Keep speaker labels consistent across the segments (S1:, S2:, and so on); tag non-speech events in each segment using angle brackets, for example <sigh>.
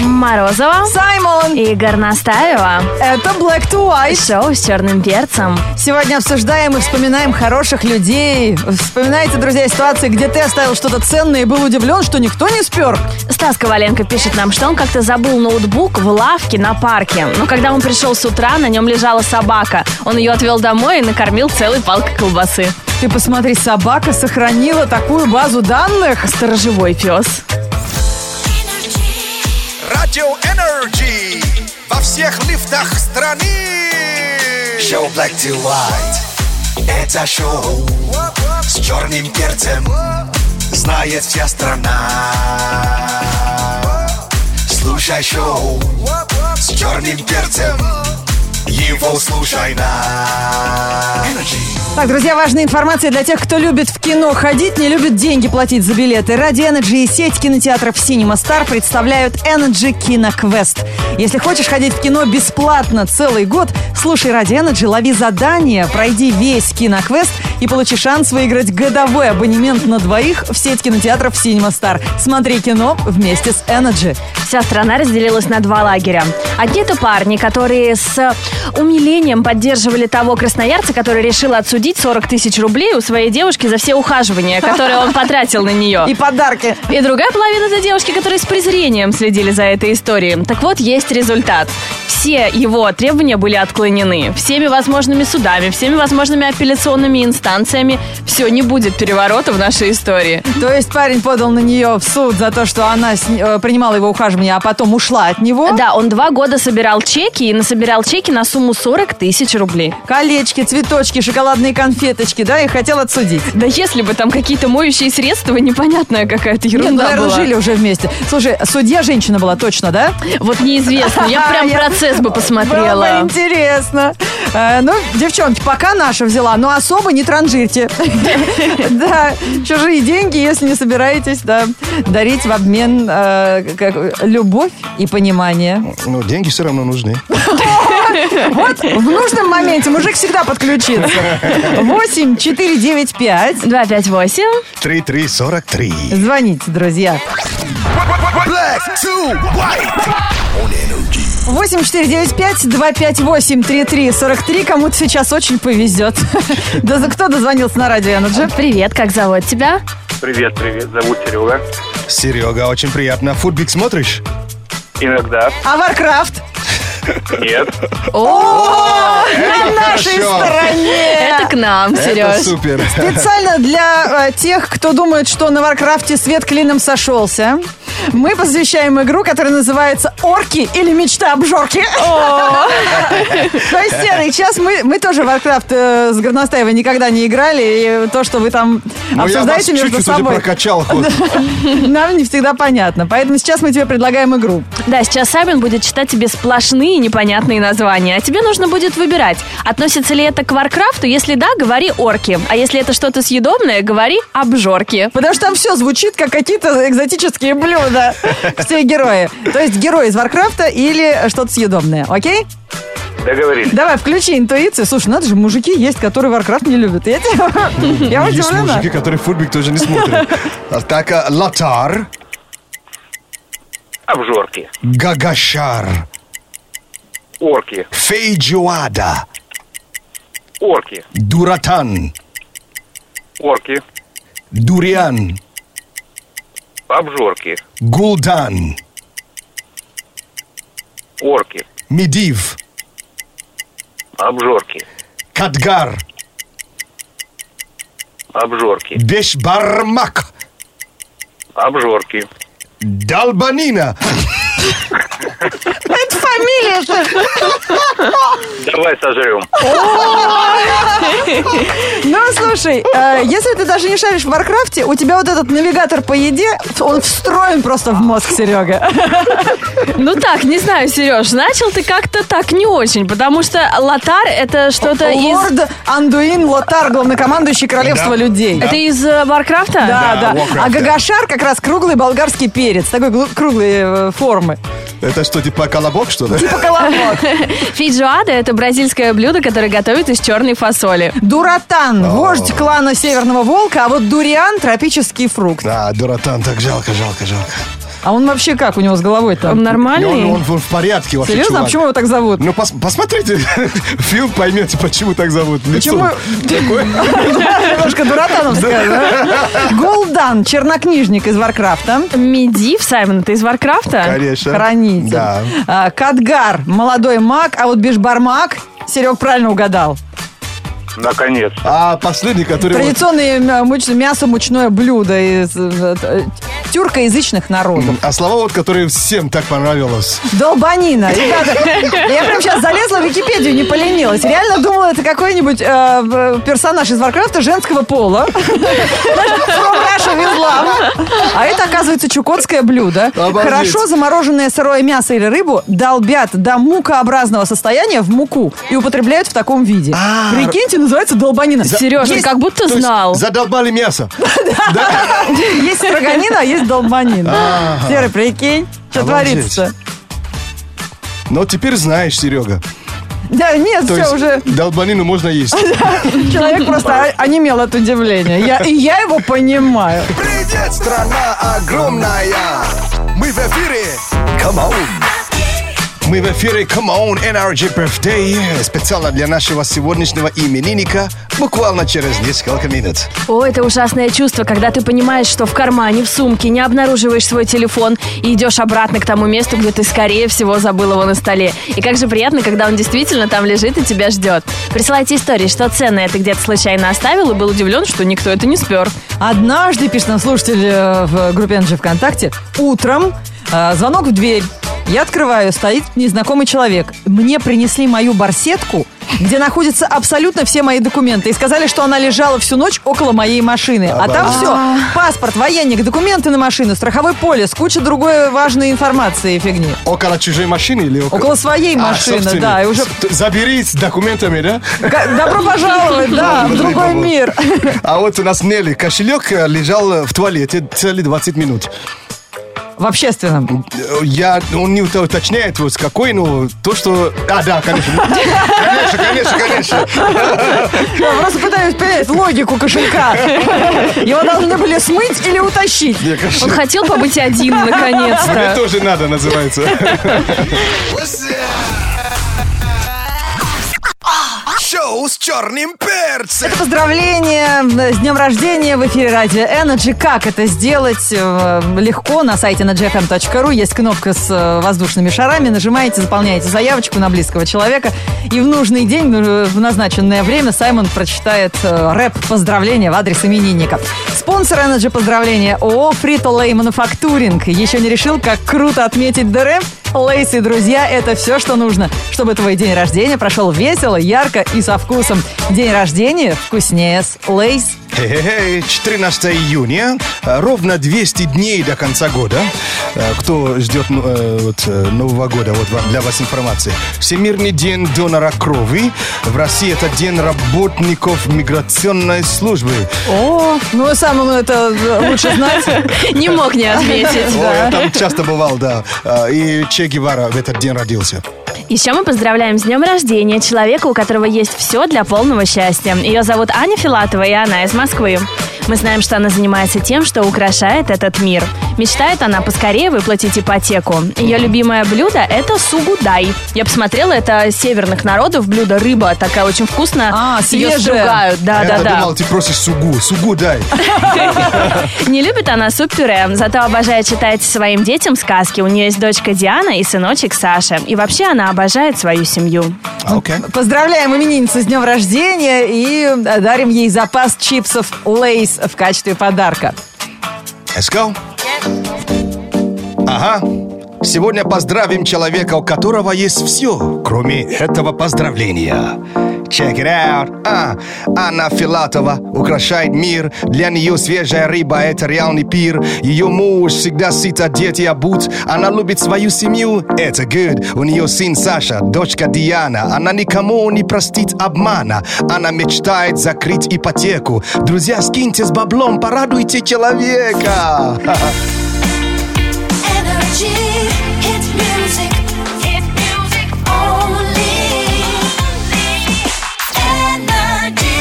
S1: Морозова
S2: Саймон!
S1: и Горностаева.
S2: Это Black to White.
S1: Шоу с черным перцем.
S2: Сегодня обсуждаем и вспоминаем хороших людей. Вспоминайте, друзья, ситуации, где ты оставил что-то ценное и был удивлен, что никто не спер.
S1: Стас Коваленко пишет нам, что он как-то забыл ноутбук в лавке на парке. Но когда он пришел с утра, на нем лежала собака. Он ее отвел домой и накормил целой палкой колбасы.
S2: Ты посмотри, собака сохранила такую базу данных.
S1: Сторожевой пес.
S3: Радио Энерджи во всех лифтах страны. Шоу Black to White. Это шоу с черным перцем. Знает вся страна. Слушай шоу с черным перцем. Его слушай на Energy.
S2: Так, друзья, важная информация для тех, кто любит в кино ходить, не любит деньги платить за билеты. Ради Energy и сеть кинотеатров Cinema Star представляют Energy Киноквест. Если хочешь ходить в кино бесплатно целый год, слушай Ради Energy, лови задание, пройди весь киноквест и получи шанс выиграть годовой абонемент на двоих в сеть кинотеатров Cinema Star. Смотри кино вместе с Energy.
S1: Вся страна разделилась на два лагеря. Одни-то парни, которые с умилением поддерживали того красноярца, который решил отсудить 40 тысяч рублей у своей девушки за все ухаживания, которые он потратил на нее.
S2: И подарки.
S1: И другая половина за девушки, которые с презрением следили за этой историей. Так вот, есть результат. Все его требования были отклонены. Всеми возможными судами, всеми возможными апелляционными инстанциями. Все, не будет переворота в нашей истории.
S2: То есть парень подал на нее в суд за то, что она с- э, принимала его ухаживание, а потом ушла от него.
S1: Да, он два года собирал чеки и насобирал чеки на сумму 40 тысяч рублей.
S2: колечки, цветочки, шоколадные конфеточки, да, и хотел отсудить.
S1: Да если бы там какие-то моющие средства, непонятная какая-то
S2: Нет,
S1: ерунда
S2: наверное,
S1: Ну была.
S2: жили уже вместе. Слушай, судья женщина была точно, да?
S1: Вот неизвестно, я б
S2: <laughs>
S1: прям
S2: Я-
S1: процесс бы
S2: Было бы
S1: посмотрела.
S2: интересно. Э, ну, девчонки, пока наша взяла, но особо не транжирьте. <laughs> Да, чужие деньги, если не собираетесь, да, дарить в обмен э, как- любовь и понимание.
S4: Ну, деньги все равно нужны.
S2: Вот в нужном моменте мужик всегда подключится. 8 4 9 5.
S1: 258.
S4: 3343.
S2: Звоните, друзья.
S3: Black to White. On Energy.
S2: 8495-258-3343. Кому-то сейчас очень повезет. <laughs> Да за кто дозвонился на радио Energy?
S1: Привет, как зовут тебя?
S5: Привет, привет, зовут Серега.
S4: Серега, очень приятно. Футбик смотришь?
S5: Иногда
S2: А Warcraft?
S5: нет.
S2: На нашей
S4: хорошо.
S2: стороне!
S1: Это к нам,
S4: Это
S1: Сереж.
S4: супер. Ну,
S2: Специально для э, тех, кто думает, что на Варкрафте свет клином сошелся, мы посвящаем игру, которая называется «Орки или мечта обжорки». <laughs> То есть, Серый, сейчас мы, мы тоже в Варкрафт э, с Горностаевой никогда не играли, и то, что вы там
S4: Ну, я вас
S2: обсуждаете между
S4: чуть-чуть уже
S2: собой,
S4: прокачал ход.
S2: нам не всегда понятно. Поэтому сейчас мы тебе предлагаем игру.
S1: Да, сейчас Саймон будет читать тебе сплошные непонятные названия, а тебе нужно будет выбирать, относится ли это к Варкрафту, если да, говори орки, а если это что-то съедобное, говори обжорки.
S2: Потому что там все звучит, как какие-то экзотические блюда. Все герои. То есть герои из Варкрафта или что-то съедобное. Окей?
S5: Договорились.
S2: Давай, включи интуицию. Слушай, надо же, мужики есть, которые Варкрафт не любят. Я тебе- Я
S4: Есть
S2: удивлена.
S4: мужики, которые футбик тоже не смотрят. А Так, а, Латар,
S5: Обжорки,
S4: Гагашар,
S5: орки,
S4: Фейджуада,
S5: орки,
S4: Дуратан,
S5: орки,
S4: Дуриан,
S5: обжорки,
S4: Гулдан,
S5: орки,
S4: Медив,
S5: обжорки,
S4: Кадгар,
S5: обжорки,
S4: Бешбармак,
S5: обжорки,
S4: Далбанина.
S2: Это фамилия же.
S5: давай сожрем.
S2: Ну, слушай, э, если ты даже не шаришь в Варкрафте, у тебя вот этот навигатор по еде, он встроен просто в мозг, Серега.
S1: Ну так, не знаю, Сереж, начал ты как-то так не очень, потому что лотар это что-то из...
S2: Лорд Андуин Лотар, главнокомандующий королевства
S4: Да.
S2: людей.
S1: Это из э, Варкрафта?
S2: Да, да.
S4: Да, Warcraft,
S2: А
S4: да.
S2: гагашар как раз круглый болгарский перец, такой глу- круглой э, формы.
S4: Это что, типа колобок, что ли?
S2: Типа колобок.
S4: <laughs>
S1: Фиджуада – это бразильское блюдо, которое готовят из черной фасоли.
S2: Дуратан, вождь клана Северного Волка, а вот дуриан – тропический фрукт.
S4: Да, Дуратан, так жалко, жалко, жалко.
S2: А он вообще как у него с головой
S1: Он
S2: там?
S4: И
S1: нормальный?
S4: он, он в в порядке вообще,
S2: Серьезно? А
S4: чувак.
S2: почему его так зовут?
S4: Ну, пос- посмотрите <laughs> фильм, поймете, почему так зовут. Лицо
S2: <laughs>
S4: такое.
S2: Немножко дуратановская,
S4: <laughs>
S2: да? Голдан, чернокнижник из Варкрафта.
S1: Медив, Саймон, ты из Варкрафта?
S4: Конечно.
S2: Хранитель.
S4: Да.
S2: А, Кадгар, молодой маг, а вот Бишбармак, Серег правильно угадал.
S5: Наконец.
S4: А последний, который... вот-
S2: Традиционное мя- муч- мясо мучное блюдо из э, э, тюркоязычных народов.
S4: А слова, вот, которые всем так понравилось.
S2: Долбанина.
S4: <laughs>
S2: Ребята, я прям сейчас залезла в Википедию, не поленилась. Реально думала, это какой-нибудь э, в- персонаж из Варкрафта женского пола. <laughs> From Russia with love. А это, оказывается, чукотское блюдо.
S4: Обалдеть.
S2: Хорошо замороженное сырое мясо или рыбу долбят до мукообразного состояния в муку и употребляют в таком виде.
S4: А.
S2: Прикиньте, называется долбанина.
S1: Сережа,
S2: Есть-
S1: как будто
S4: То есть
S1: знал.
S4: Задолбали мясо.
S2: Есть строганина, а есть долбанина. Серый, прикинь, что
S4: Обалдеть.
S2: творится.
S4: Но теперь знаешь, Серега.
S2: Да, нет,
S4: То
S2: все
S4: есть
S2: уже.
S4: долбанину
S2: <laughs>
S4: можно есть.
S2: Человек просто о- онемел от удивления. Я, и я его понимаю.
S3: Привет, страна огромная. Мы в эфире. Come on.
S4: Мы в эфире Come On Energy Birthday специально для нашего сегодняшнего именинника буквально через несколько минут.
S1: О, это ужасное чувство, когда ты понимаешь, что в кармане, в сумке не обнаруживаешь свой телефон и идешь обратно к тому месту, где ты, скорее всего, забыл его на столе. И как же приятно, когда он действительно там лежит и тебя ждет. Присылайте истории, что ценное ты где-то случайно оставил и был удивлен, что никто это не спер. <laughs>
S2: Однажды, пишет нам слушатель э, в группе NG ВКонтакте, утром э, звонок в дверь. Я открываю, стоит незнакомый человек. Мне принесли мою барсетку, где находятся абсолютно все мои документы. И сказали, что она лежала всю ночь около моей машины. А там все. Паспорт, военник, документы на машину, страховой полис, куча другой важной информации и фигни.
S4: Около чужой машины или около...
S2: Около своей
S4: А,
S2: машины,
S4: собственной.
S2: да. И уже
S4: Т- Забери с документами, да?
S2: Ка- Добро
S4: <laughs>
S2: пожаловать, да, в
S4: Подожди,
S2: другой
S4: Бабу.
S2: мир. <laughs>
S4: А вот у нас Нелли кошелек э, лежал э, в туалете целые 20 минут.
S2: В общественном.
S4: Э, Я, он не уто- уточняет, вот с какой, но то, что... А, да, конечно. Конечно, конечно, конечно.
S2: Я просто пытаюсь понять логику кошелька. Его должны были смыть или утащить.
S4: Мне кажется,
S1: Он хотел побыть один,
S4: Мне
S1: наконец-то.
S4: тоже надо, называется.
S3: Шоу с черным перцем.
S2: Поздравления э, с днем рождения в эфире Радио Energy. Как это сделать? Э, Легко. На сайте energyfm.ru есть кнопка с э, воздушными шарами. Нажимаете, заполняете заявочку на близкого человека. И в нужный день, э, в назначенное время, Саймон прочитает э, рэп поздравления в адрес именинника. Спонсор Energy поздравления ООО Фрита Лей Мануфактуринг. Еще не решил, как круто отметить ДР? Лейс и друзья – это все, что нужно, чтобы твой день рождения прошел весело, ярко и со вкусом. День рождения вкуснее с Лейс.
S4: Хе-хе-хе, 14 июня, э, ровно 200 дней до конца года. Э, Кто ждет ну, э, вот, э, Нового года, вот вам- для вас информация. Всемирный день донора крови. В России это день работников миграционной службы.
S2: О, ну сам он это лучше знать.
S1: Не мог не ответить.
S4: Ой, а я там часто бывал, да. Э, И Че Гевара в этот день родился.
S1: Еще мы поздравляем с днем рождения человека, у которого есть все для полного счастья. Ее зовут Аня Филатова, и она из Москвы. Мы знаем, что она занимается тем, что украшает этот мир. Мечтает она поскорее выплатить ипотеку. Ее любимое блюдо – это сугудай. Я посмотрела, это северных народов блюдо рыба, такая очень вкусно.
S2: А,
S1: Ее
S2: свежая.
S1: стругают,
S4: я
S1: да-да-да.
S4: думал, ты просишь сугу. Сугу дай.
S1: Не любит она суп-пюре, зато обожает читать своим детям сказки. У нее есть дочка Диана и сыночек Саша. И вообще она обожает свою семью.
S4: А, Окей.
S2: Поздравляем именинницу с днем рождения и дарим ей запас чипсов Лейс в качестве подарка.
S4: Let's go. Ага. Сегодня поздравим человека, у которого есть все, кроме этого поздравления. Check it out. А, Анна Филатова украшает мир. Для нее свежая рыба – это реальный пир. Ее муж всегда сыта, дети обут. Она любит свою семью – это good. У нее сын Саша, дочка Диана. Она никому не простит обмана. Она мечтает закрыть ипотеку. Друзья, скиньте с баблом, порадуйте человека. <laughs>
S6: Energy, hit music, hit music only. Energy.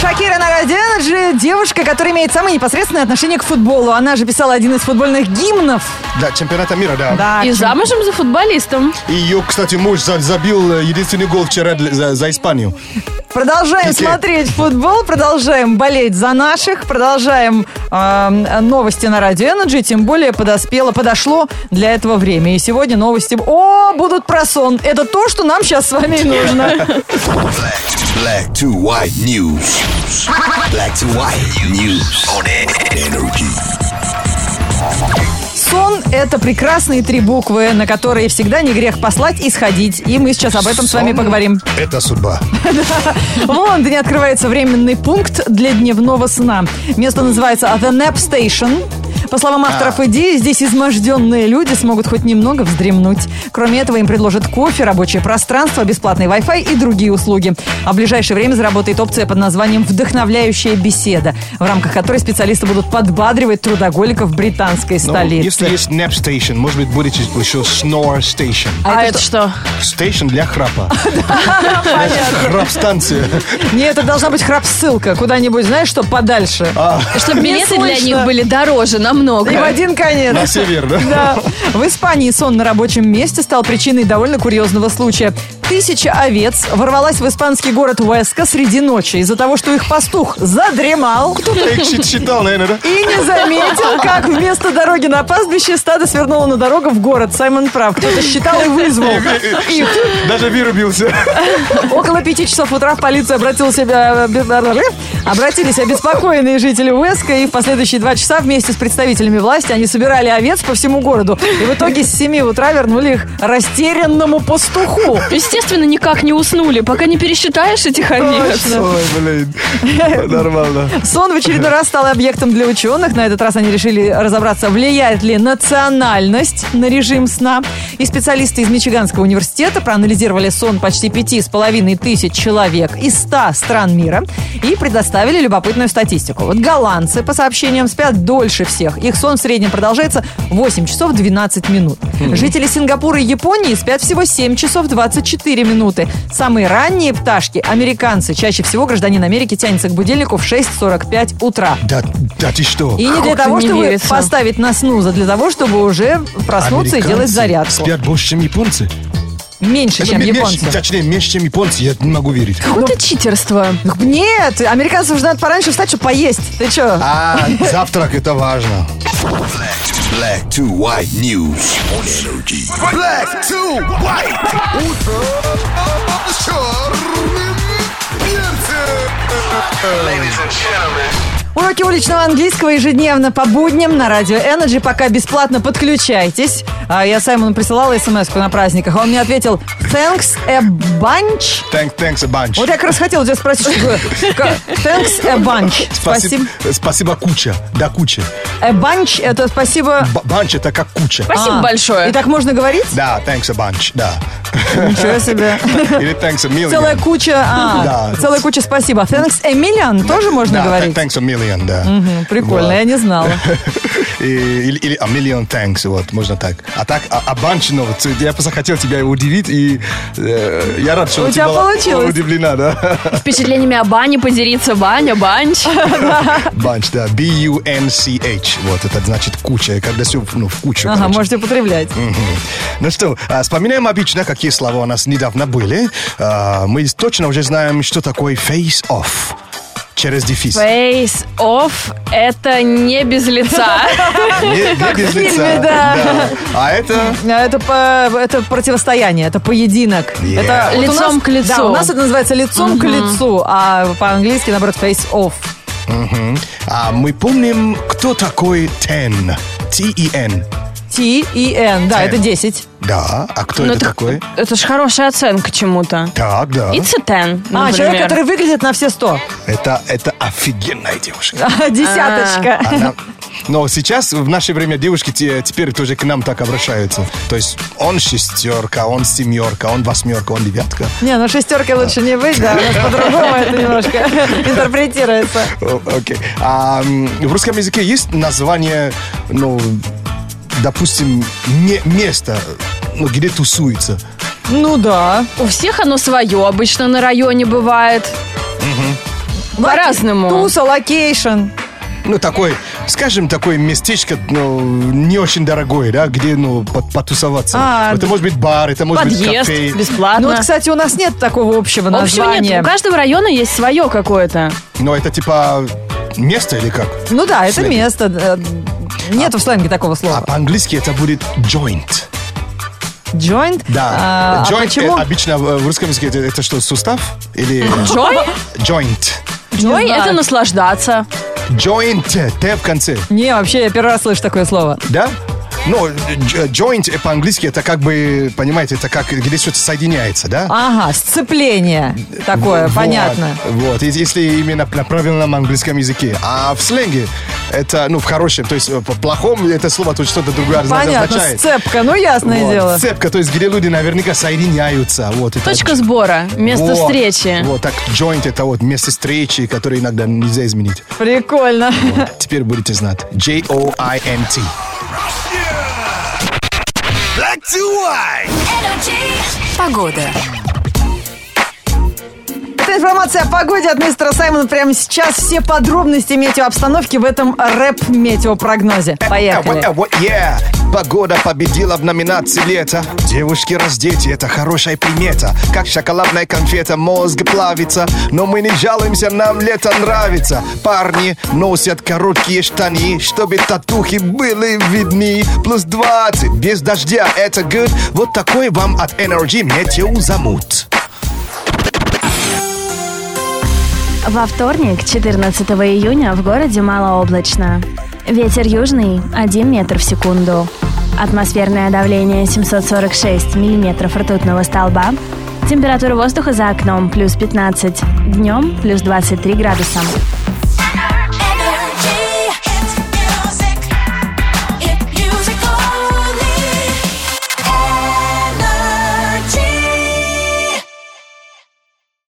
S2: Шакира на Радио Energy, Девушка, которая имеет самое непосредственное отношение к футболу. Она же писала один из футбольных гимнов.
S4: Да, чемпионата мира, да.
S2: Да.
S1: И
S2: чем-
S1: замужем за футболистом.
S4: Ее, кстати, муж за- забил э, единственный гол вчера для- за, за Испанию.
S2: Продолжаем
S4: Пике.
S2: смотреть футбол, продолжаем болеть за наших, продолжаем эм, новости на радио Energy, тем более подоспело, подошло для этого время. И сегодня новости, о, будут про сон. Это то, что нам сейчас с вами и нужно.
S3: Black to white news. Black to white news on energy.
S2: Сон – это прекрасные три буквы, на которые всегда не грех послать и сходить. И мы сейчас об этом с вами
S4: Сон
S2: поговорим.
S4: Это судьба.
S2: В Лондоне открывается временный пункт для дневного сна. Место называется The Nap Station. По словам
S4: А.
S2: авторов идеи, здесь изможденные люди смогут хоть немного вздремнуть. Кроме этого, им предложат кофе, рабочее пространство, бесплатный Wi-Fi и другие услуги. А в ближайшее время заработает опция под названием «Вдохновляющая беседа», в рамках которой специалисты будут подбадривать трудоголиков британской
S4: Ну,
S2: столицы.
S4: если есть nap station, может быть, будет еще snore station.
S1: А,
S2: А
S1: это,
S2: это
S1: что?
S4: Station
S2: <laughs>
S4: для храпа. Храп-станция.
S2: Не, это должна быть храп-ссылка куда-нибудь, знаешь, что подальше.
S1: Чтобы
S2: Не
S1: билеты для
S2: слышно.
S1: них были дороже намного.
S2: И в один конец.
S4: На север, да?
S2: Да. В Испании сон на рабочем месте стал причиной довольно курьезного случая. Тысяча овец ворвалась в испанский город Уэска среди ночи из-за того, что их пастух задремал
S4: Я их чит- читал, наверное, да?
S2: и не заметил, как вместо дороги на пастбище стадо свернуло на дорогу в город. Саймон прав. Кто-то считал и вызвал. их.
S4: Даже вырубился.
S2: Около пяти часов утра в полицию э, обратил себя- обратились обеспокоенные жители Уэска, и в последующие два часа вместе с представителями власти они собирали овец по всему городу. И в итоге с 7 утра вернули их растерянному пастуху.
S1: Естественно, никак не уснули, пока не пересчитаешь этих овец.
S4: <laughs> Ой,
S2: <laughs>
S4: блин. Нормально.
S2: Сон в очередной раз стал объектом для ученых. На этот раз они решили разобраться, влияет ли национальность на режим сна. И специалисты из Мичиганского университета проанализировали сон почти пяти с половиной тысяч человек из 100 стран мира и предоставили любопытную статистику. Вот голландцы, по сообщениям, спят дольше всех. Их сон в среднем продолжается 8 часов 12 минут. Жители Сингапура и Японии спят всего 7 часов 24 минуты. Самые ранние пташки – американцы. Чаще всего гражданин Америки тянется к будильнику в 6.45 утра.
S4: Да, да ты что?
S2: И не для
S1: Как-то
S2: того,
S1: не
S2: чтобы
S1: верится.
S2: поставить на снуз, а для того, чтобы уже проснуться и
S4: Американцы
S2: делать зарядку.
S4: Спят больше, чем японцы.
S2: Меньше, чем
S4: М- меньше-
S2: японцы.
S4: Точнее, меньше, чем японцы. Я не могу верить.
S1: Какое-то читерство.
S2: Нет, американцам же надо пораньше встать, чтобы поесть. Ты что?
S4: А, завтрак это важно.
S3: Black to white news on energy. Black to white. Утро с черным
S2: Уроки уличного английского ежедневно по будням на радио Energy. Пока бесплатно подключайтесь. А Я Саймону присылала смс на праздниках. а Он мне ответил «Thanks a bunch».
S4: Thanks, thanks a bunch.
S2: Вот я как раз хотела у тебя спросить, что такое к- «Thanks a bunch».
S4: <laughs> Спасибо,
S2: Спасибо.
S4: спасибо куча. Да, куча.
S2: A bunch – это спасибо...
S4: Б- Банч это как куча.
S1: Спасибо
S2: А,
S1: большое.
S2: И так можно говорить?
S4: Да, thanks a bunch,
S2: <laughs>
S4: да.
S2: Ничего
S4: <laughs>
S2: себе.
S4: Или thanks a million.
S2: Целая куча... а,
S4: Да.
S2: Целая куча спасибо. Thanks a million тоже можно
S4: да,
S2: говорить?
S4: Thanks a million, да.
S2: М, Прикольно,
S4: Да.
S2: я не знала.
S4: <laughs> И- Или, или a million thanks, вот, можно так. А так, а, а bunch, ну, вот, я просто хотел тебя удивить, и э, я рад, что
S2: У
S4: ты
S2: тебя
S4: была
S2: получилось.
S4: удивлена, да. <laughs>
S1: Впечатлениями о бане поделиться. Баня, банч.
S4: Bunch, да, B-U-N-C-H, вот, это значит куча, когда все, ну, в кучу,
S2: Ага,
S4: короче.
S2: можете употреблять.
S4: Ну что, а, вспоминаем обычно, какие слова у нас недавно были. А, Мы точно уже знаем, что такое face-off. Через
S1: <laughs>
S4: дефис.
S1: Face off – это не без <laughs> лица.
S2: <laughs>
S4: Не- не без
S2: фильме,
S4: лица.
S2: да.
S4: Да. А это...
S2: А Это, по- это противостояние, это поединок.
S4: Yeah.
S2: Это вот у
S1: Лицом
S2: нас-
S1: к лицу.
S2: Да, у нас это называется лицом к лицу, а по-английски, наоборот, face-off.
S4: Мгм. А мы помним, кто такой ten. T-E-N.
S2: T-E-N. Да,
S4: Ten.
S2: это 10.
S4: Да, а кто
S1: Ну,
S4: это такой?
S1: Это ж хорошая оценка чему-то.
S4: Так, да.
S1: И цитен,
S2: А, человек,
S1: например.
S2: который выглядит на все <laughs> 100.
S4: Это, это офигенная <laughs> девушка.
S2: А, Десяточка.
S4: Она- Но сейчас, в наше время, девушки те- теперь тоже к нам так обращаются. То есть он шестерка, он семерка, он восьмерка, он девятка.
S2: <laughs> Не, ну шестеркой лучше не быть, да, у нас по-другому это немножко <laughs> интерпретируется.
S4: О, Окей. А, м, в русском языке есть название, ну, допустим, ме- место, ну, где тусуется.
S2: Ну да.
S1: У всех оно свое обычно на районе бывает. По-разному.
S2: Туса, локейшн.
S4: Ну, такой, скажем, такое местечко, ну, не очень дорогое, да, где, ну, пот- потусоваться.
S2: А,
S4: это
S2: да.
S4: может быть бар, это может быть
S1: Подъезд,
S4: кафе.
S1: бесплатно.
S2: Ну вот, кстати, у нас нет такого общего
S1: Общего
S2: названия.
S1: нет. У каждого района есть свое какое-то.
S4: Но это типа место или как?
S2: Ну да, это
S4: Сленг.
S2: место. э, Нету в сленге такого
S4: А
S2: слова.
S4: по-английски это будет joint.
S2: Joint?
S4: Да.
S2: А, а
S4: joint э,
S2: почему?
S4: обычно в в русском языке это, это что, сустав? Или
S7: <laughs>
S1: Джой?
S4: joint?
S1: Джой
S2: знаю.
S1: это наслаждаться.
S4: Joint, э, Т в конце,
S2: Не, вообще, я первый раз слышу такое слово.
S4: да? Ну, дж- joint э, по-английски это как бы, понимаете, это как где что-то соединяется, да?
S2: Ага, сцепление А, такое,
S4: Вот,
S2: понятно.
S4: Вот, и- если именно на правильном английском языке. А в сленге это, ну, в хорошем, то есть э, по плохому это слово тут что-то другое
S2: Ну, Понятно,
S4: означает.
S2: сцепка, ну ясное
S4: Вот,
S2: дело.
S4: Цепка, то есть где люди наверняка соединяются. Вот, это
S1: Точка сбора, место
S4: Вот,
S1: встречи.
S4: Вот, так, joint это вот место встречи, которое иногда нельзя изменить.
S2: Прикольно.
S4: Теперь будете знать. J-O-I-N-T.
S3: Black to white.
S6: Energy.
S8: Погода.
S2: Это информация о погоде от мистера Саймона прямо сейчас. Все подробности метеообстановки в этом рэп-метеопрогнозе. Поехали.
S4: Э, вот, э, вот, yeah. Погода победила в номинации лето. Девушки раздети, это хорошая примета. Как шоколадная конфета, мозг плавится. Но мы не жалуемся, нам лето нравится. Парни носят короткие штани, чтобы татухи были видны. Плюс 20, без дождя, это good. Вот такой вам от Energy метеозамут.
S7: Во вторник, 14 июня, в городе малооблачно. Ветер южный – 1 метр в секунду. Атмосферное давление 746 миллиметров ртутного столба. Температура воздуха за окном – плюс 15. Днем – плюс 23 градуса.